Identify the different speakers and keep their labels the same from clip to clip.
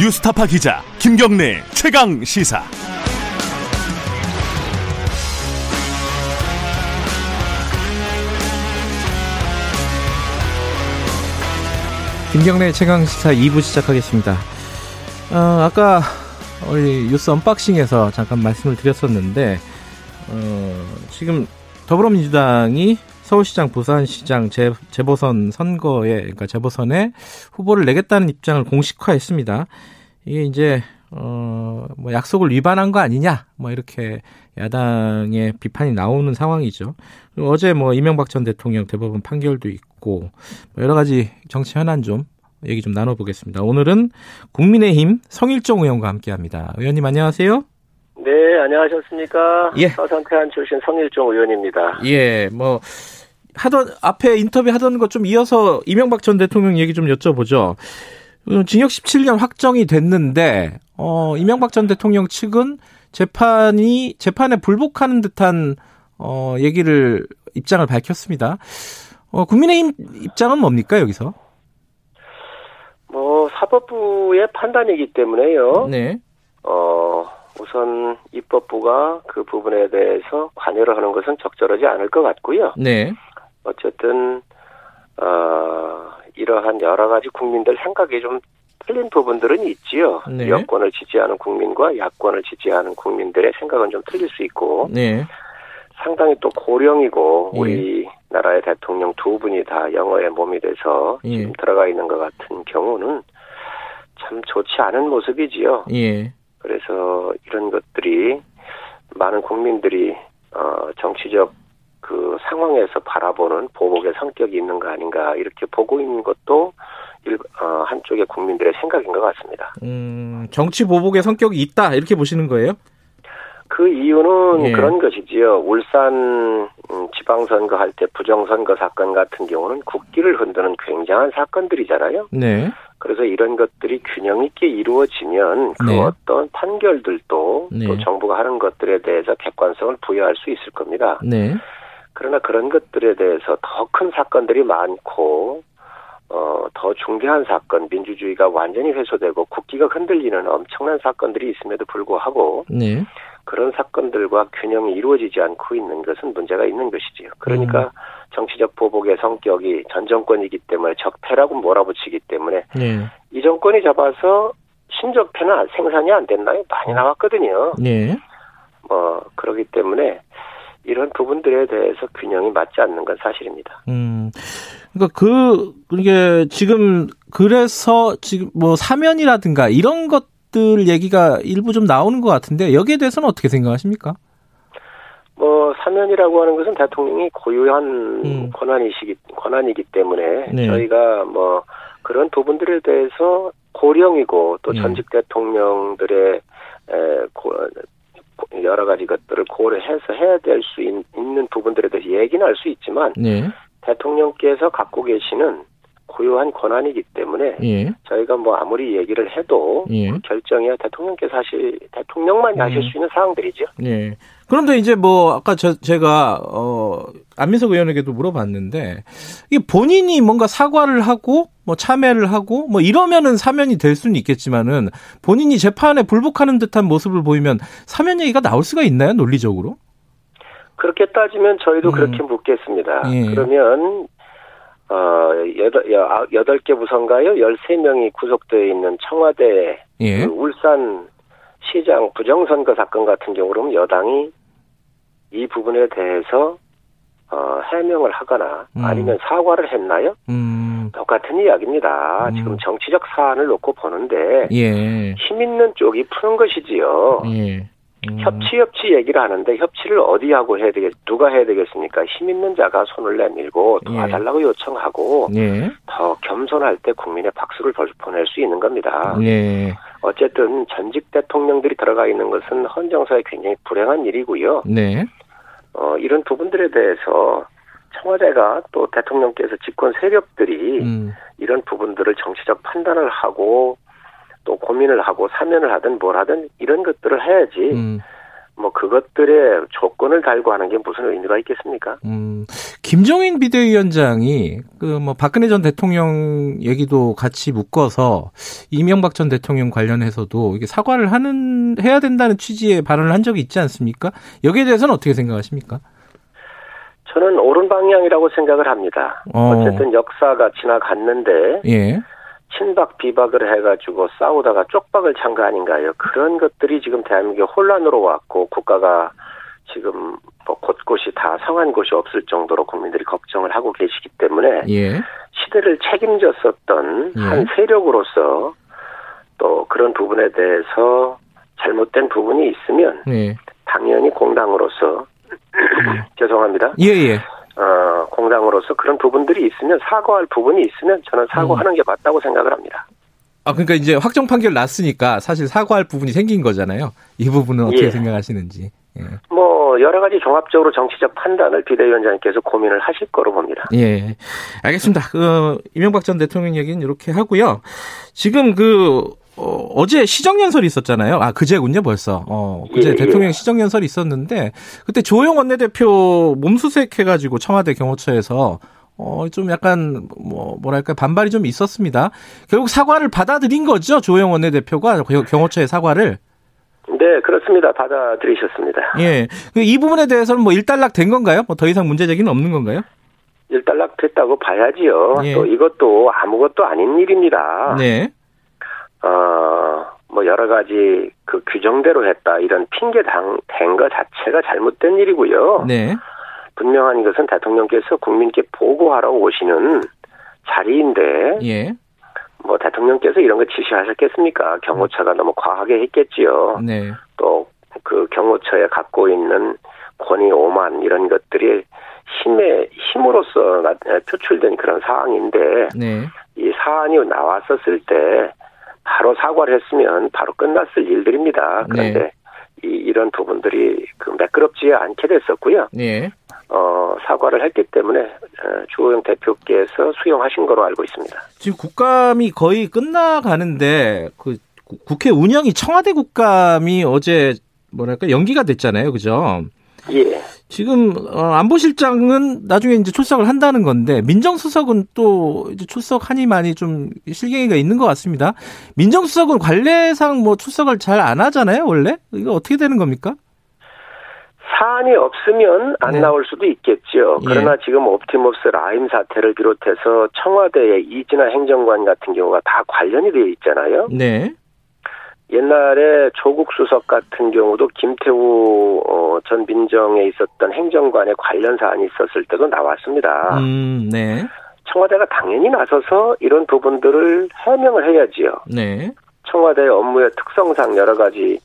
Speaker 1: 뉴스타파 기자 김경래 최강 시사.
Speaker 2: 김경래 최강 시사 2부 시작하겠습니다. 어, 아까 우리 뉴스 언박싱에서 잠깐 말씀을 드렸었는데 어, 지금 더불어민주당이 서울시장, 부산시장 재, 재보선 선거에 그러니까 재보선에 후보를 내겠다는 입장을 공식화했습니다. 이게 이제 어뭐 약속을 위반한 거 아니냐 뭐 이렇게 야당의 비판이 나오는 상황이죠. 그리고 어제 뭐 이명박 전 대통령 대법원 판결도 있고 뭐 여러 가지 정치 현안 좀 얘기 좀 나눠보겠습니다. 오늘은 국민의힘 성일종 의원과 함께합니다. 의원님 안녕하세요.
Speaker 3: 네, 안녕하셨습니까?
Speaker 2: 예.
Speaker 3: 서산태안 출신 성일종 의원입니다.
Speaker 2: 예, 뭐 하던 앞에 인터뷰 하던 것 좀 이어서 이명박 전 대통령 얘기 좀 여쭤보죠. 음, 징역 17년 확정이 됐는데 어 이명박 전 대통령 측은 재판이 재판에 불복하는 듯한 어 얘기를 입장을 밝혔습니다. 어 국민의힘 입장은 뭡니까 여기서?
Speaker 3: 뭐 사법부의 판단이기 때문에요.
Speaker 2: 네.
Speaker 3: 어, 우선 입법부가 그 부분에 대해서 관여를 하는 것은 적절하지 않을 것 같고요.
Speaker 2: 네.
Speaker 3: 어쨌든 어, 이러한 여러 가지 국민들 생각이 좀 틀린 부분들은 있지요.
Speaker 2: 네.
Speaker 3: 여권을 지지하는 국민과 야권을 지지하는 국민들의 생각은 좀 틀릴 수 있고
Speaker 2: 네.
Speaker 3: 상당히 또 고령이고
Speaker 2: 예.
Speaker 3: 우리나라의 대통령 두 분이 다 영어에 몸이 돼서
Speaker 2: 예.
Speaker 3: 지금 들어가 있는 것 같은 경우는 참 좋지 않은 모습이지요.
Speaker 2: 예.
Speaker 3: 그래서 이런 것들이 많은 국민들이 어, 정치적 그 상황에서 바라보는 보복의 성격이 있는 거 아닌가 이렇게 보고 있는 것도 일- 어, 한쪽의 국민들의 생각인 것 같습니다.
Speaker 2: 음, 정치 보복의 성격이 있다 이렇게 보시는 거예요?
Speaker 3: 그 이유는
Speaker 2: 예.
Speaker 3: 그런 것이지요. 울산 음, 지방선거 할 때 부정선거 사건 같은 경우는 국기를 흔드는 굉장한 사건들이잖아요.
Speaker 2: 네.
Speaker 3: 그래서 이런 것들이 균형 있게 이루어지면 그
Speaker 2: 네.
Speaker 3: 어떤 판결들도
Speaker 2: 네.
Speaker 3: 또 정부가 하는 것들에 대해서 객관성을 부여할 수 있을 겁니다.
Speaker 2: 네.
Speaker 3: 그러나 그런 것들에 대해서 더 큰 사건들이 많고 어, 더 중대한 사건, 민주주의가 완전히 훼손되고 국기가 흔들리는 엄청난 사건들이 있음에도 불구하고
Speaker 2: 네.
Speaker 3: 그런 사건들과 균형이 이루어지지 않고 있는 것은 문제가 있는 것이지요. 그러니까
Speaker 2: 음.
Speaker 3: 정치적 보복의 성격이 전 정권이기 때문에 적폐라고 몰아붙이기 때문에
Speaker 2: 네.
Speaker 3: 이 정권이 잡아서 신적폐나 생산이 안 됐나요? 많이 나왔거든요.
Speaker 2: 네.
Speaker 3: 뭐 그렇기 때문에 이런 부분들에 대해서 균형이 맞지 않는 건 사실입니다.
Speaker 2: 음. 그러니까 그 이게 지금 그래서 지금 뭐 사면이라든가 이런 것들 얘기가 일부 좀 나오는 것 같은데 여기에 대해서는 어떻게 생각하십니까?
Speaker 3: 뭐 사면이라고 하는 것은 대통령이 고유한
Speaker 2: 음.
Speaker 3: 권한이시기 권한이기 때문에
Speaker 2: 네.
Speaker 3: 저희가 뭐 그런 부분들에 대해서 고령이고 또
Speaker 2: 예.
Speaker 3: 전직 대통령들의 에, 고, 고- 여러 가지 것들을 고려해서 해야 될 수 있는 부분들에 대해서 얘기는 할 수 있지만
Speaker 2: 네.
Speaker 3: 대통령께서 갖고 계시는 고유한 권한이기 때문에
Speaker 2: 예.
Speaker 3: 저희가 뭐 아무리 얘기를 해도
Speaker 2: 예.
Speaker 3: 결정이야 대통령께서 사실 대통령만이 하실
Speaker 2: 음.
Speaker 3: 수 있는 사항들이죠.
Speaker 2: 예. 그런데 이제 뭐 아까 저, 제가 어 안민석 의원에게도 물어봤는데 이게 본인이 뭔가 사과를 하고 뭐 참여를 하고 뭐 이러면은 사면이 될 수는 있겠지만은 본인이 재판에 불복하는 듯한 모습을 보이면 사면 얘기가 나올 수가 있나요 논리적으로?
Speaker 3: 그렇게 따지면 저희도
Speaker 2: 음.
Speaker 3: 그렇게 묻겠습니다.
Speaker 2: 예.
Speaker 3: 그러면 어 여덟 여- 아, 여덟 개 부서인가요? 13명이 구속되어 있는 청와대
Speaker 2: 예.
Speaker 3: 그 울산 시장 부정선거 사건 같은 경우는 여당이 이 부분에 대해서 어, 해명을 하거나
Speaker 2: 음.
Speaker 3: 아니면 사과를 했나요?
Speaker 2: 음.
Speaker 3: 똑같은 이야기입니다.
Speaker 2: 음.
Speaker 3: 지금 정치적 사안을 놓고 보는데
Speaker 2: 예.
Speaker 3: 힘 있는 쪽이 푸는 것이지요.
Speaker 2: 예. 음.
Speaker 3: 협치 협치 얘기를 하는데 협치를 어디 하고 해야 되겠 누가 해야 되겠습니까? 힘 있는 자가 손을 내밀고
Speaker 2: 예.
Speaker 3: 도와달라고 요청하고
Speaker 2: 예.
Speaker 3: 더 겸손할 때 국민의 박수를 벌- 보낼 수 있는 겁니다.
Speaker 2: 예.
Speaker 3: 어쨌든 전직 대통령들이 들어가 있는 것은 헌정사에 굉장히 불행한 일이고요.
Speaker 2: 네.
Speaker 3: 어, 이런 부분들에 대해서 청와대가 또 대통령께서 집권 세력들이
Speaker 2: 음.
Speaker 3: 이런 부분들을 정치적 판단을 하고 또 고민을 하고 사면을 하든 뭘 하든 이런 것들을 해야지
Speaker 2: 음.
Speaker 3: 뭐 그것들의 조건을 달고 하는 게 무슨 의미가 있겠습니까?
Speaker 2: 음. 김종인 비대위원장이 그 뭐 박근혜 전 대통령 얘기도 같이 묶어서 이명박 전 대통령 관련해서도 이게 사과를 하는 해야 된다는 취지의 발언을 한 적이 있지 않습니까? 여기에 대해서는 어떻게 생각하십니까?
Speaker 3: 저는 옳은 방향이라고 생각을 합니다.
Speaker 2: 어.
Speaker 3: 어쨌든 역사가 지나갔는데
Speaker 2: 예.
Speaker 3: 친박 비박을 해가지고 싸우다가 쪽박을 찬 거 아닌가요? 그런 것들이 지금 대한민국에 혼란으로 왔고 국가가 지금 뭐 곳곳이 다 상한 곳이 없을 정도로 국민들이 걱정을 하고 계시기 때문에
Speaker 2: 예.
Speaker 3: 시대를 책임졌었던
Speaker 2: 예.
Speaker 3: 한 세력으로서 또 그런 부분에 대해서 잘못된 부분이 있으면
Speaker 2: 예.
Speaker 3: 당연히 공당으로서 죄송합니다.
Speaker 2: 예, 예.
Speaker 3: 어, 공당으로서 그런 부분들이 있으면 사과할 부분이 있으면 저는
Speaker 2: 음.
Speaker 3: 사과하는 게 맞다고 생각을 합니다.
Speaker 2: 아, 그러니까 이제 확정 판결 났으니까 사실 사과할 부분이 생긴 거잖아요. 이 부분은 어떻게
Speaker 3: 예.
Speaker 2: 생각하시는지. 예.
Speaker 3: 뭐 여러 가지 종합적으로 정치적 판단을 비대위원장님께서 고민을 하실 거로 봅니다.
Speaker 2: 예. 알겠습니다. 그, 이명박 전 대통령 얘기는 이렇게 하고요. 지금 그, 어, 제 시정연설이 있었잖아요. 아, 그제군요, 벌써. 어, 그제
Speaker 3: 예,
Speaker 2: 대통령
Speaker 3: 예.
Speaker 2: 시정연설이 있었는데, 그때 조영 원내대표 몸수색해가지고 청와대 경호처에서, 어, 좀 약간, 뭐, 뭐랄까, 반발이 좀 있었습니다. 결국 사과를 받아들인 거죠, 조영 원내대표가 경- 경호처의 사과를.
Speaker 3: 네, 그렇습니다. 받아들이셨습니다.
Speaker 2: 예. 그이 부분에 대해서는 뭐 일단락 된 건가요? 뭐 더 이상 문제제기는 없는 건가요?
Speaker 3: 일단락 됐다고 봐야지요.
Speaker 2: 예.
Speaker 3: 또 이것도 아무것도 아닌 일입니다.
Speaker 2: 네.
Speaker 3: 어, 뭐 여러 가지 그 규정대로 했다 이런 핑계 된거 자체가 잘못된 일이고요.
Speaker 2: 네.
Speaker 3: 분명한 것은 대통령께서 국민께 보고하러 오시는 자리인데
Speaker 2: 예.
Speaker 3: 뭐 대통령께서 이런 거 지시하셨겠습니까? 경호처가 너무 과하게 했겠지요.
Speaker 2: 네.
Speaker 3: 또 그 경호처에 갖고 있는 권위 오만 이런 것들이 힘의 힘으로써 나- 표출된 그런 사항인데
Speaker 2: 네.
Speaker 3: 이 사안이 나왔었을 때 바로 사과를 했으면 바로 끝났을 일들입니다. 그런데
Speaker 2: 네.
Speaker 3: 이, 이런 부분들이 그 매끄럽지 않게 됐었고요.
Speaker 2: 네.
Speaker 3: 어, 사과를 했기 때문에 어, 주호영 대표께서 수용하신 거로 알고 있습니다.
Speaker 2: 지금 국감이 거의 끝나가는데 그 구- 국회 운영이 청와대 국감이 어제 뭐랄까 연기가 됐잖아요, 그죠?
Speaker 3: 예.
Speaker 2: 지금 어, 안보실장은 나중에 이제 출석을 한다는 건데 민정수석은 또 이제 출석하니만이 좀 실갱이가 있는 것 같습니다. 민정수석은 관례상 뭐 출석을 잘 안 하잖아요, 원래 이거 어떻게 되는 겁니까?
Speaker 3: 사안이 없으면 안
Speaker 2: 네.
Speaker 3: 나올 수도 있겠죠.
Speaker 2: 예.
Speaker 3: 그러나 지금 옵티머스 라임 사태를 비롯해서 청와대의 이진아 행정관 같은 경우가 다 관련이 되어 있잖아요.
Speaker 2: 네,
Speaker 3: 옛날에 조국 수석 같은 경우도 김태우 어, 전 민정에 있었던 행정관의 관련 사안이 있었을 때도 나왔습니다.
Speaker 2: 음, 네,
Speaker 3: 청와대가 당연히 나서서 이런 부분들을 해명을 해야지요.
Speaker 2: 네,
Speaker 3: 청와대의 업무의 특성상 여러 가지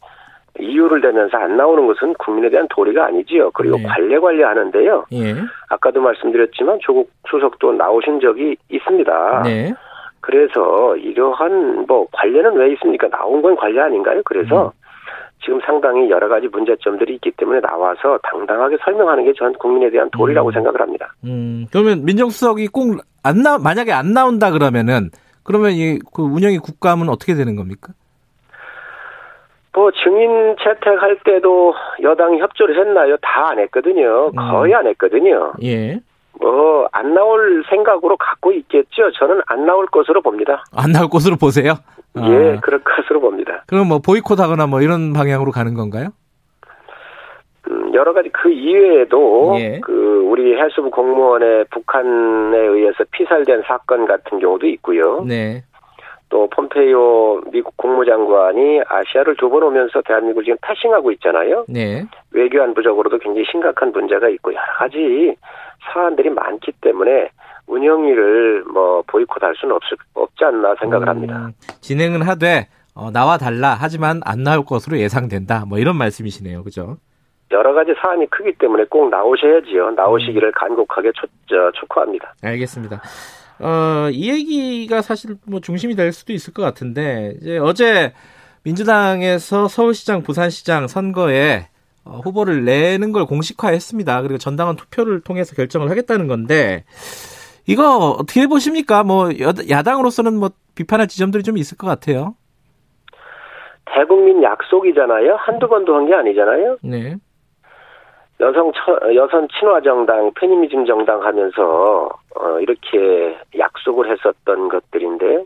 Speaker 3: 이유를 대면서 안 나오는 것은 국민에 대한 도리가 아니지요. 그리고
Speaker 2: 네.
Speaker 3: 관례 관리하는데요.
Speaker 2: 예,
Speaker 3: 아까도 말씀드렸지만 조국 수석도 나오신 적이 있습니다.
Speaker 2: 네,
Speaker 3: 그래서 이러한 뭐 관례는 왜 있습니까? 나온 건 관례 아닌가요?
Speaker 2: 음.
Speaker 3: 그래서 지금 상당히 여러 가지 문제점들이 있기 때문에 나와서 당당하게 설명하는 게 전 국민에 대한 도리라고
Speaker 2: 음.
Speaker 3: 생각을 합니다.
Speaker 2: 음, 그러면 민정수석이 꼭 안 나, 만약에 안 나온다 그러면은, 그러면 이, 그 운영이 국감은 어떻게 되는 겁니까?
Speaker 3: 뭐 증인 채택할 때도 여당이 협조를 했나요? 다 안 했거든요.
Speaker 2: 음.
Speaker 3: 거의 안 했거든요.
Speaker 2: 예.
Speaker 3: 뭐 안 나올 생각으로 갖고 있겠죠. 저는 안 나올 것으로 봅니다.
Speaker 2: 안 나올 것으로 보세요? 아,
Speaker 3: 예, 그럴 것으로 봅니다.
Speaker 2: 그럼 뭐 보이콧 하거나 뭐 이런 방향으로 가는 건가요?
Speaker 3: 음, 여러 가지 그 이외에도
Speaker 2: 예.
Speaker 3: 그 우리 해수부 공무원의 북한에 의해서 피살된 사건 같은 경우도 있고요.
Speaker 2: 네.
Speaker 3: 또 폼페이오 미국 국무장관이 아시아를 두 번 오면서 대한민국을 지금 패싱하고 있잖아요.
Speaker 2: 네.
Speaker 3: 외교안보적으로도 굉장히 심각한 문제가 있고 여러 가지 사안들이 많기 때문에 운영위를 뭐 보이콧할 수는 없을, 없지 않나 생각을 합니다.
Speaker 2: 음, 진행은 하되, 어, 나와 달라. 하지만 안 나올 것으로 예상된다. 뭐 이런 말씀이시네요. 그죠?
Speaker 3: 여러 가지 사안이 크기 때문에 꼭 나오셔야지요. 나오시기를
Speaker 2: 음.
Speaker 3: 간곡하게 촉- 저, 촉구합니다.
Speaker 2: 알겠습니다. 어, 이 얘기가 사실 뭐 중심이 될 수도 있을 것 같은데, 이제 어제 민주당에서 서울시장, 부산시장 선거에 어, 후보를 내는 걸 공식화했습니다. 그리고 전당원 투표를 통해서 결정을 하겠다는 건데, 이거 어떻게 보십니까? 뭐, 여- 야당으로서는 뭐 비판할 지점들이 좀 있을 것 같아요.
Speaker 3: 대국민 약속이잖아요. 한두 번도 한 게 아니잖아요.
Speaker 2: 네.
Speaker 3: 여성 처, 여성 친화 정당, 페미니즘 정당 하면서 어, 이렇게 약속을 했었던 것들인데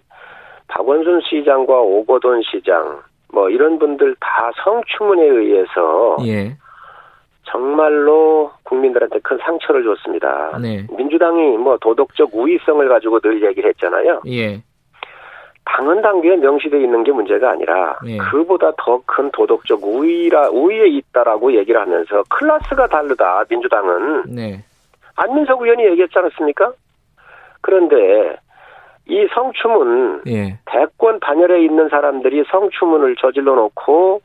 Speaker 3: 박원순 시장과 오거돈 시장 뭐 이런 분들 다 성추문에 의해서
Speaker 2: 예.
Speaker 3: 정말로 국민들한테 큰 상처를 줬습니다.
Speaker 2: 네.
Speaker 3: 민주당이 뭐 도덕적 우위성을 가지고 늘 얘기를 했잖아요.
Speaker 2: 예.
Speaker 3: 당헌 당규에 명시되어 있는 게 문제가 아니라
Speaker 2: 예.
Speaker 3: 그보다 더 큰 도덕적 우위라 우위에 있다라고 얘기를 하면서 클라스가 다르다 민주당은
Speaker 2: 네.
Speaker 3: 안민석 의원이 얘기했지 않았습니까? 그런데 이 성추문
Speaker 2: 예.
Speaker 3: 대권 반열에 있는 사람들이 성추문을 저질러 놓고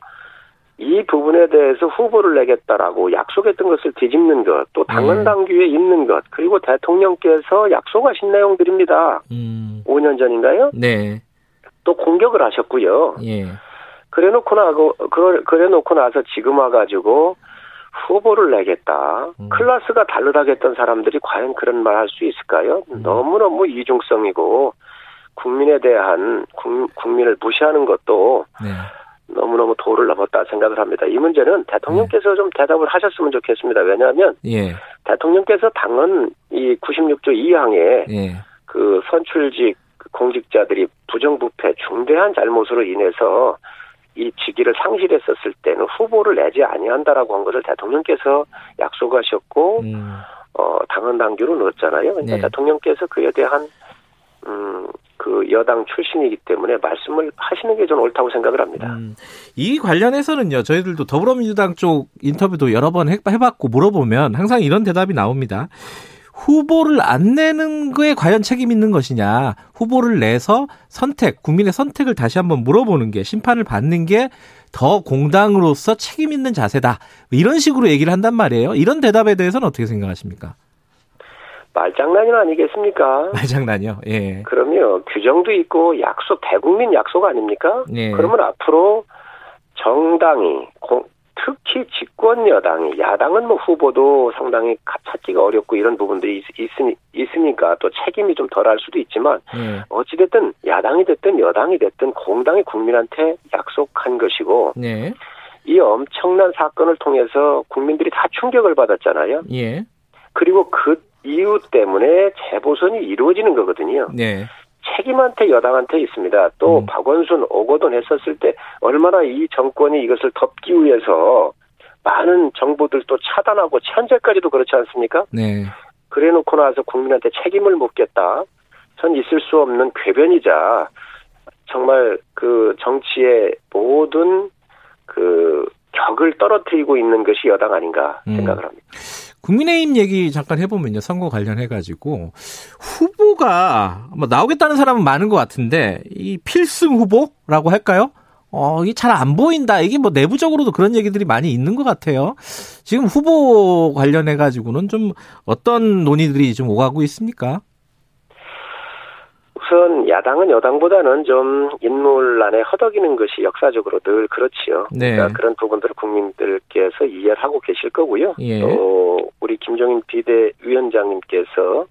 Speaker 3: 이 부분에 대해서 후보를 내겠다라고 약속했던 것을 뒤집는 것, 또
Speaker 2: 네.
Speaker 3: 당헌 당규에 있는 것, 그리고 대통령께서 약속하신 내용들입니다.
Speaker 2: 음.
Speaker 3: 5년 전인가요?
Speaker 2: 네.
Speaker 3: 또 공격을 하셨고요.
Speaker 2: 예.
Speaker 3: 그래놓고 나고 그래, 그래놓고 나서 지금 와가지고 후보를 내겠다.
Speaker 2: 음.
Speaker 3: 클라스가 다르다고 했던 사람들이 과연 그런 말 할 수 있을까요? 너무너무 뭐 이중성이고 국민에 대한 국, 국민을 무시하는 것도
Speaker 2: 네.
Speaker 3: 너무너무 도를 넘었다 생각을 합니다. 이 문제는 대통령께서 좀 대답을 하셨으면 좋겠습니다. 왜냐하면
Speaker 2: 예.
Speaker 3: 대통령께서 당헌 이 96조 2항에
Speaker 2: 예.
Speaker 3: 그 선출직 공직자들이 부정부패 중대한 잘못으로 인해서 이 직위를 상실했었을 때는 후보를 내지 아니한다라고 한 것을 대통령께서 약속하셨고
Speaker 2: 음.
Speaker 3: 어, 당헌 당규로 넣었잖아요. 그러니까
Speaker 2: 네.
Speaker 3: 대통령께서 그에 대한 음, 그 여당 출신이기 때문에 말씀을 하시는 게 저는 옳다고 생각을 합니다.
Speaker 2: 음, 이 관련해서는요, 저희들도 더불어민주당 쪽 인터뷰도 여러 번 해- 해봤고 물어보면 항상 이런 대답이 나옵니다. 후보를 안 내는 거에 과연 책임 있는 것이냐, 후보를 내서 선택, 국민의 선택을 다시 한번 물어보는 게, 심판을 받는 게 더 공당으로서 책임 있는 자세다. 이런 식으로 얘기를 한단 말이에요. 이런 대답에 대해서는 어떻게 생각하십니까?
Speaker 3: 말장난이 아니겠습니까?
Speaker 2: 말장난이요. 예.
Speaker 3: 그러면 규정도 있고 약속 대국민 약속 아닙니까?
Speaker 2: 네.
Speaker 3: 그러면 앞으로 정당이 공- 특히 집권 여당이 야당은 뭐 후보도 상당히 가- 찾기가 어렵고 이런 부분들이 있, 있으니, 있으니까 또 책임이 좀 덜할 수도 있지만
Speaker 2: 예.
Speaker 3: 어찌됐든 야당이 됐든 여당이 됐든 공당이 국민한테 약속한 것이고
Speaker 2: 네.
Speaker 3: 이 엄청난 사건을 통해서 국민들이 다 충격을 받았잖아요.
Speaker 2: 예.
Speaker 3: 그리고 그 이유 때문에 재보선이 이루어지는 거거든요.
Speaker 2: 네.
Speaker 3: 책임한테 여당한테 있습니다. 또
Speaker 2: 음.
Speaker 3: 박원순 오거돈 했었을 때 얼마나 이 정권이 이것을 덮기 위해서 많은 정보들도 차단하고 현재까지도 그렇지 않습니까?
Speaker 2: 네.
Speaker 3: 그래놓고 나서 국민한테 책임을 묻겠다. 전 있을 수 없는 궤변이자 정말 그 정치의 모든 그 격을 떨어뜨리고 있는 것이 여당 아닌가
Speaker 2: 음.
Speaker 3: 생각을 합니다.
Speaker 2: 국민의힘 얘기 잠깐 해보면요. 선거 관련해가지고, 후보가, 아마 나오겠다는 사람은 많은 것 같은데, 이 필승 후보라고 할까요? 어, 이게 잘 안 보인다. 이게 뭐 내부적으로도 그런 얘기들이 많이 있는 것 같아요. 지금 후보 관련해가지고는 좀 어떤 논의들이 좀 오가고 있습니까?
Speaker 3: 우선 야당은 여당보다는 좀 인물난에 허덕이는 것이 역사적으로 늘 그렇지요.
Speaker 2: 네.
Speaker 3: 그러니까 그런 부분들을 국민들께서 이해를 하고 계실 거고요.
Speaker 2: 예.
Speaker 3: 또 우리 김종인 비대위원장님께서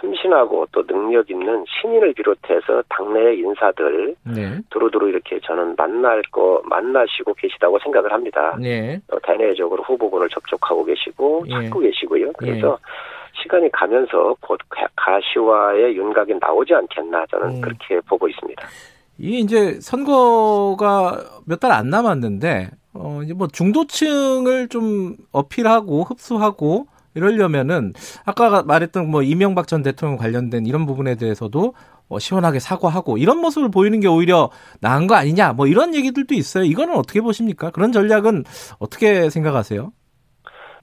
Speaker 3: 참신하고 또 능력 있는 신인을 비롯해서 당내 인사들
Speaker 2: 네.
Speaker 3: 두루두루 이렇게 저는 만날 거 만나시고 계시다고 생각을 합니다.
Speaker 2: 네.
Speaker 3: 어, 대내적으로 후보군을 접촉하고 계시고
Speaker 2: 예.
Speaker 3: 찾고 계시고요. 그래서 시간이 가면서 곧 가- 가시와의 윤곽이 나오지 않겠나 저는
Speaker 2: 음.
Speaker 3: 그렇게 보고 있습니다.
Speaker 2: 이게 이제 선거가 몇 달 안 남았는데, 어, 이제 뭐 중도층을 좀 어필하고 흡수하고 이러려면은 아까 말했던 뭐 이명박 전 대통령 관련된 이런 부분에 대해서도 어, 시원하게 사과하고 이런 모습을 보이는 게 오히려 나은 거 아니냐 뭐 이런 얘기들도 있어요. 이거는 어떻게 보십니까? 그런 전략은 어떻게 생각하세요?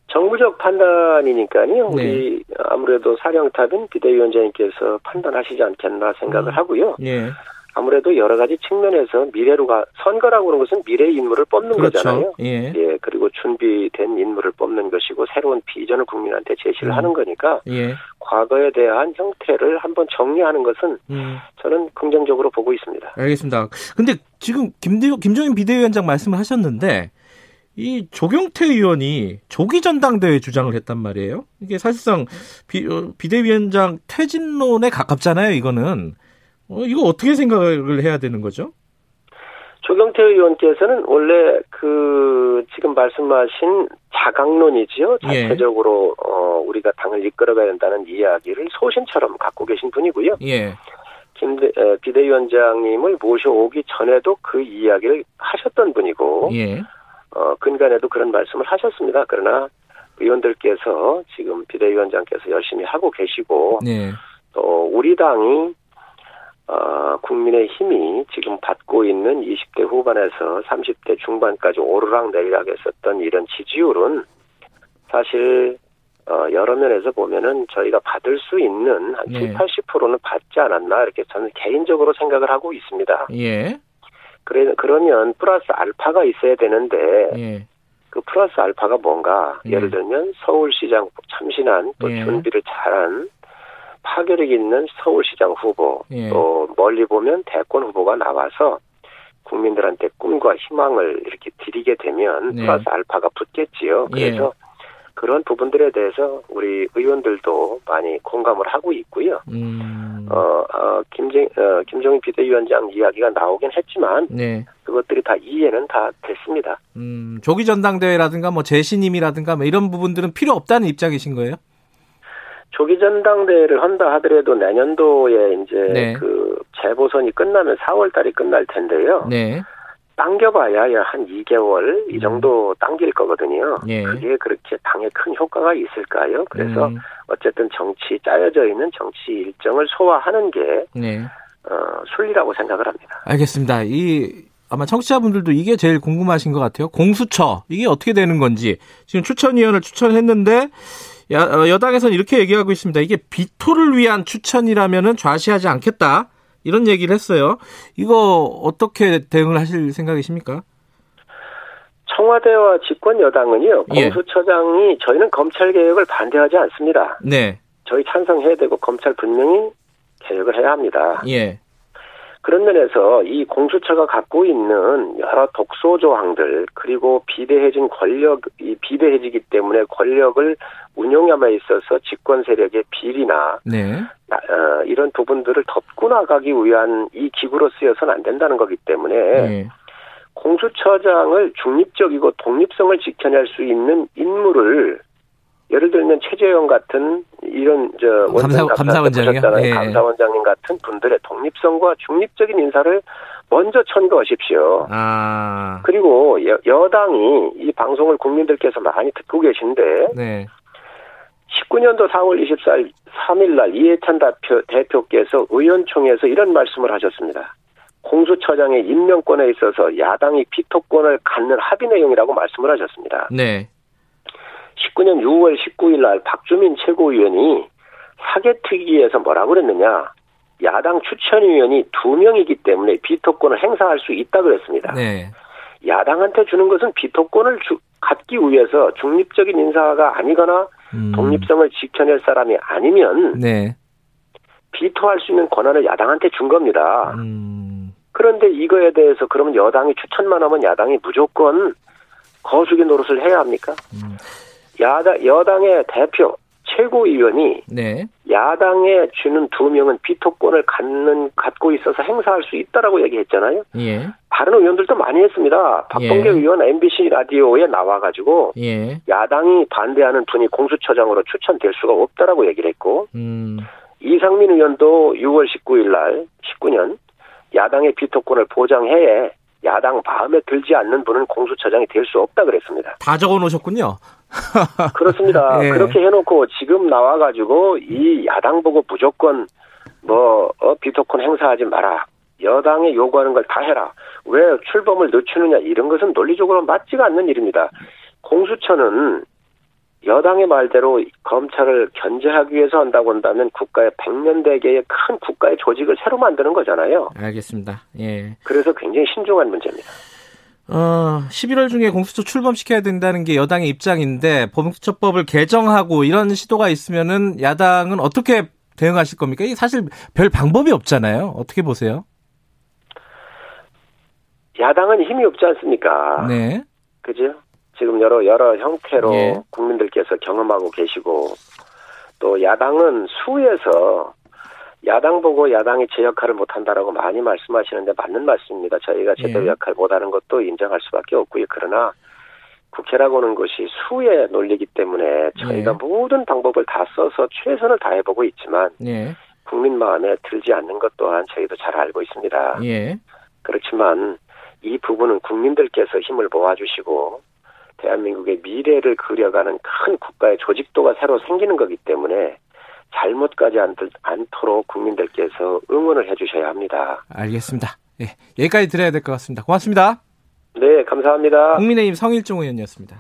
Speaker 3: 정부적
Speaker 2: 네.
Speaker 3: 판단이니까요. 우리 아무래도 사령탑인 비대위원장님께서 판단하시지 않겠나 생각을
Speaker 2: 음.
Speaker 3: 하고요.
Speaker 2: 예.
Speaker 3: 아무래도 여러 가지 측면에서 미래로 가 선거라고 하는 것은 미래 의 인물을 뽑는 거잖아요.
Speaker 2: 그렇죠. 예.
Speaker 3: 예, 그리고 준비된 인물을 뽑는 것이고 새로운 비전을 국민한테 제시를
Speaker 2: 음.
Speaker 3: 하는 거니까
Speaker 2: 예.
Speaker 3: 과거에 대한 형태를 한번 정리하는 것은
Speaker 2: 음.
Speaker 3: 저는 긍정적으로 보고 있습니다.
Speaker 2: 알겠습니다. 근데 지금 김대, 김종인 비대위원장 말씀을 하셨는데 이 조경태 의원이 조기 전당대회 주장을 했단 말이에요. 이게 사실상 비, 어, 비대위원장 퇴진론에 가깝잖아요. 이거는 어, 이거 어떻게 생각을 해야 되는 거죠?
Speaker 3: 조경태 의원께서는 원래 그 지금 말씀하신 자강론이지요.
Speaker 2: 예.
Speaker 3: 자체적으로 어, 우리가 당을 이끌어가야 된다는 이야기를 소신처럼 갖고 계신 분이고요.
Speaker 2: 예.
Speaker 3: 김 에, 비대위원장님을 모셔오기 전에도 그 이야기를 하셨던 분이고
Speaker 2: 예.
Speaker 3: 어, 근간에도 그런 말씀을 하셨습니다. 그러나 의원들께서 지금 비대위원장께서 열심히 하고 계시고
Speaker 2: 네.
Speaker 3: 또 우리 당이 어, 국민의 힘이 지금 받고 있는 20대 후반에서 30대 중반까지 오르락 내리락 했었던 이런 지지율은 사실 어, 여러 면에서 보면은 저희가 받을 수 있는 한
Speaker 2: 네.
Speaker 3: 7, 80%는 받지 않았나 이렇게 저는 개인적으로 생각을 하고 있습니다.
Speaker 2: 예.
Speaker 3: 그래 그러면 플러스 알파가 있어야 되는데
Speaker 2: 예.
Speaker 3: 그 플러스 알파가 뭔가
Speaker 2: 예.
Speaker 3: 예를 들면 서울시장 참신한 또
Speaker 2: 예.
Speaker 3: 준비를 잘한 파괴력 있는 서울시장 후보
Speaker 2: 예.
Speaker 3: 또 멀리 보면 대권 후보가 나와서 국민들한테 꿈과 희망을 이렇게 드리게 되면
Speaker 2: 네.
Speaker 3: 플러스 알파가 붙겠지요.
Speaker 2: 예.
Speaker 3: 그래서 그런 부분들에 대해서 우리 의원들도 많이 공감을 하고 있고요.
Speaker 2: 음.
Speaker 3: 어, 어, 김정, 어, 김종인 비대위원장 이야기가 나오긴 했지만
Speaker 2: 네.
Speaker 3: 그것들이 다 이해는 다 됐습니다.
Speaker 2: 음, 조기 전당대회라든가 뭐 재신임이라든가 뭐 이런 부분들은 필요 없다는 입장이신 거예요?
Speaker 3: 조기 전당대회를 한다 하더라도 내년도에 이제
Speaker 2: 네.
Speaker 3: 그 재보선이 끝나면 4월 달이 끝날 텐데요.
Speaker 2: 네. 음.
Speaker 3: 당겨봐야 야, 한 2개월 이 정도 당길 거거든요.
Speaker 2: 예.
Speaker 3: 그게 그렇게 당에 큰 효과가 있을까요? 그래서
Speaker 2: 음,
Speaker 3: 어쨌든 정치 짜여져 있는 정치 일정을 소화하는 게
Speaker 2: 네.
Speaker 3: 어, 순리라고 생각을 합니다.
Speaker 2: 알겠습니다. 이 아마 청취자분들도 이게 제일 궁금하신 것 같아요. 공수처 이게 어떻게 되는 건지 지금 추천위원을 추천했는데 야- 어, 여당에서는 이렇게 얘기하고 있습니다. 이게 비토를 위한 추천이라면은 좌시하지 않겠다 이런 얘기를 했어요. 이거 어떻게 대응을 하실 생각이십니까?
Speaker 3: 청와대와 집권 여당은요
Speaker 2: 예.
Speaker 3: 공수처장이 저희는 검찰 개혁을 반대하지 않습니다.
Speaker 2: 네,
Speaker 3: 저희 찬성해야 되고 검찰 분명히 개혁을 해야 합니다.
Speaker 2: 예,
Speaker 3: 그런 면에서 이 공수처가 갖고 있는 여러 독소 조항들 그리고 비대해진 권력 이 비대해지기 때문에 권력을 운용함에 있어서 집권 세력의 비리나
Speaker 2: 네,
Speaker 3: 나- 어, 이런 부분들을 덮고 나가기 위한 이 기구로 쓰여서는 안 된다는 거기 때문에
Speaker 2: 예,
Speaker 3: 공수처장을 중립적이고 독립성을 지켜낼 수 있는 인물을 예를 들면 최재형 같은 이런 저
Speaker 2: 감사-
Speaker 3: 원장
Speaker 2: 감사원장이요?
Speaker 3: 보셨잖아요.
Speaker 2: 예.
Speaker 3: 감사원장님 같은 분들의 독립성과 중립적인 인사를 먼저 천거하십시오.
Speaker 2: 아,
Speaker 3: 그리고 여, 여당이 이 방송을 국민들께서 많이 듣고 계신데
Speaker 2: 네,
Speaker 3: 19년도 4월 24일 3일 날 이해찬 대표, 대표께서 의원총회에서 이런 말씀을 하셨습니다. 공수처장의 임명권에 있어서 야당이 피토권을 갖는 합의 내용이라고 말씀을 하셨습니다.
Speaker 2: 네,
Speaker 3: 19년 6월 19일 날 박주민 최고위원이 사개특위에서 뭐라고 그랬느냐. 야당 추천위원이 두 명이기 때문에 비토권을 행사할 수 있다 그랬습니다.
Speaker 2: 네,
Speaker 3: 야당한테 주는 것은 비토권을 주- 갖기 위해서 중립적인 인사가 아니거나
Speaker 2: 음,
Speaker 3: 독립성을 지켜낼 사람이 아니면
Speaker 2: 네,
Speaker 3: 비토할 수 있는 권한을 야당한테 준 겁니다.
Speaker 2: 음,
Speaker 3: 그런데 이거에 대해서 그러면 여당이 추천만 하면 야당이 무조건 거수기 노릇을 해야 합니까?
Speaker 2: 음.
Speaker 3: 야당, 여당의 대표, 최고위원이
Speaker 2: 네,
Speaker 3: 야당에 주는 두 명은 비토권을 갖는, 갖고 있어서 행사할 수 있다라고 얘기했잖아요.
Speaker 2: 예,
Speaker 3: 다른 의원들도 많이 했습니다. 박봉계
Speaker 2: 예.
Speaker 3: 의원 MBC 라디오에 나와가지고
Speaker 2: 예,
Speaker 3: 야당이 반대하는 분이 공수처장으로 추천될 수가 없다라고 얘기를 했고
Speaker 2: 음,
Speaker 3: 이상민 의원도 6월 19일 날 19년 야당의 비토권을 보장해 야당 마음에 들지 않는 분은 공수처장이 될 수 없다 그랬습니다.
Speaker 2: 다 적어 놓으셨군요.
Speaker 3: 그렇습니다.
Speaker 2: 예.
Speaker 3: 그렇게 해놓고 지금 나와가지고 이 야당 보고 무조건 뭐 어, 비토권 행사하지 마라. 여당이 요구하는 걸 다 해라. 왜 출범을 늦추느냐 이런 것은 논리적으로 맞지가 않는 일입니다. 공수처는 여당의 말대로 검찰을 견제하기 위해서 한다고 한다면 국가의 백년대계의 큰 국가의 조직을 새로 만드는 거잖아요.
Speaker 2: 알겠습니다. 예.
Speaker 3: 그래서 굉장히 신중한 문제입니다.
Speaker 2: 어, 11월 중에 공수처 출범시켜야 된다는 게 여당의 입장인데 공수처법을 개정하고 이런 시도가 있으면은 야당은 어떻게 대응하실 겁니까? 이게 사실 별 방법이 없잖아요. 어떻게 보세요?
Speaker 3: 야당은 힘이 없지 않습니까?
Speaker 2: 네.
Speaker 3: 그죠? 지금 여러 여러 형태로
Speaker 2: 예.
Speaker 3: 국민들께서 경험하고 계시고 또 야당은 수에서 야당 보고 야당이 제 역할을 못한다라고 많이 말씀하시는데 맞는 말씀입니다. 저희가 제대로
Speaker 2: 예.
Speaker 3: 역할 못하는 것도 인정할 수밖에 없고요. 그러나 국회라고 하는 것이 수의 논리이기 때문에 저희가
Speaker 2: 예.
Speaker 3: 모든 방법을 다 써서 최선을 다해보고 있지만
Speaker 2: 예,
Speaker 3: 국민 마음에 들지 않는 것 또한 저희도 잘 알고 있습니다.
Speaker 2: 예,
Speaker 3: 그렇지만 이 부분은 국민들께서 힘을 모아주시고 대한민국의 미래를 그려가는 큰 국가의 조직도가 새로 생기는 거기 때문에 잘못까지 않들- 않도록 국민들께서 응원을 해주셔야 합니다.
Speaker 2: 알겠습니다. 예, 여기까지 드려야 될 것 같습니다. 고맙습니다.
Speaker 3: 네, 감사합니다.
Speaker 2: 음. 국민의힘 성일종 의원이었습니다.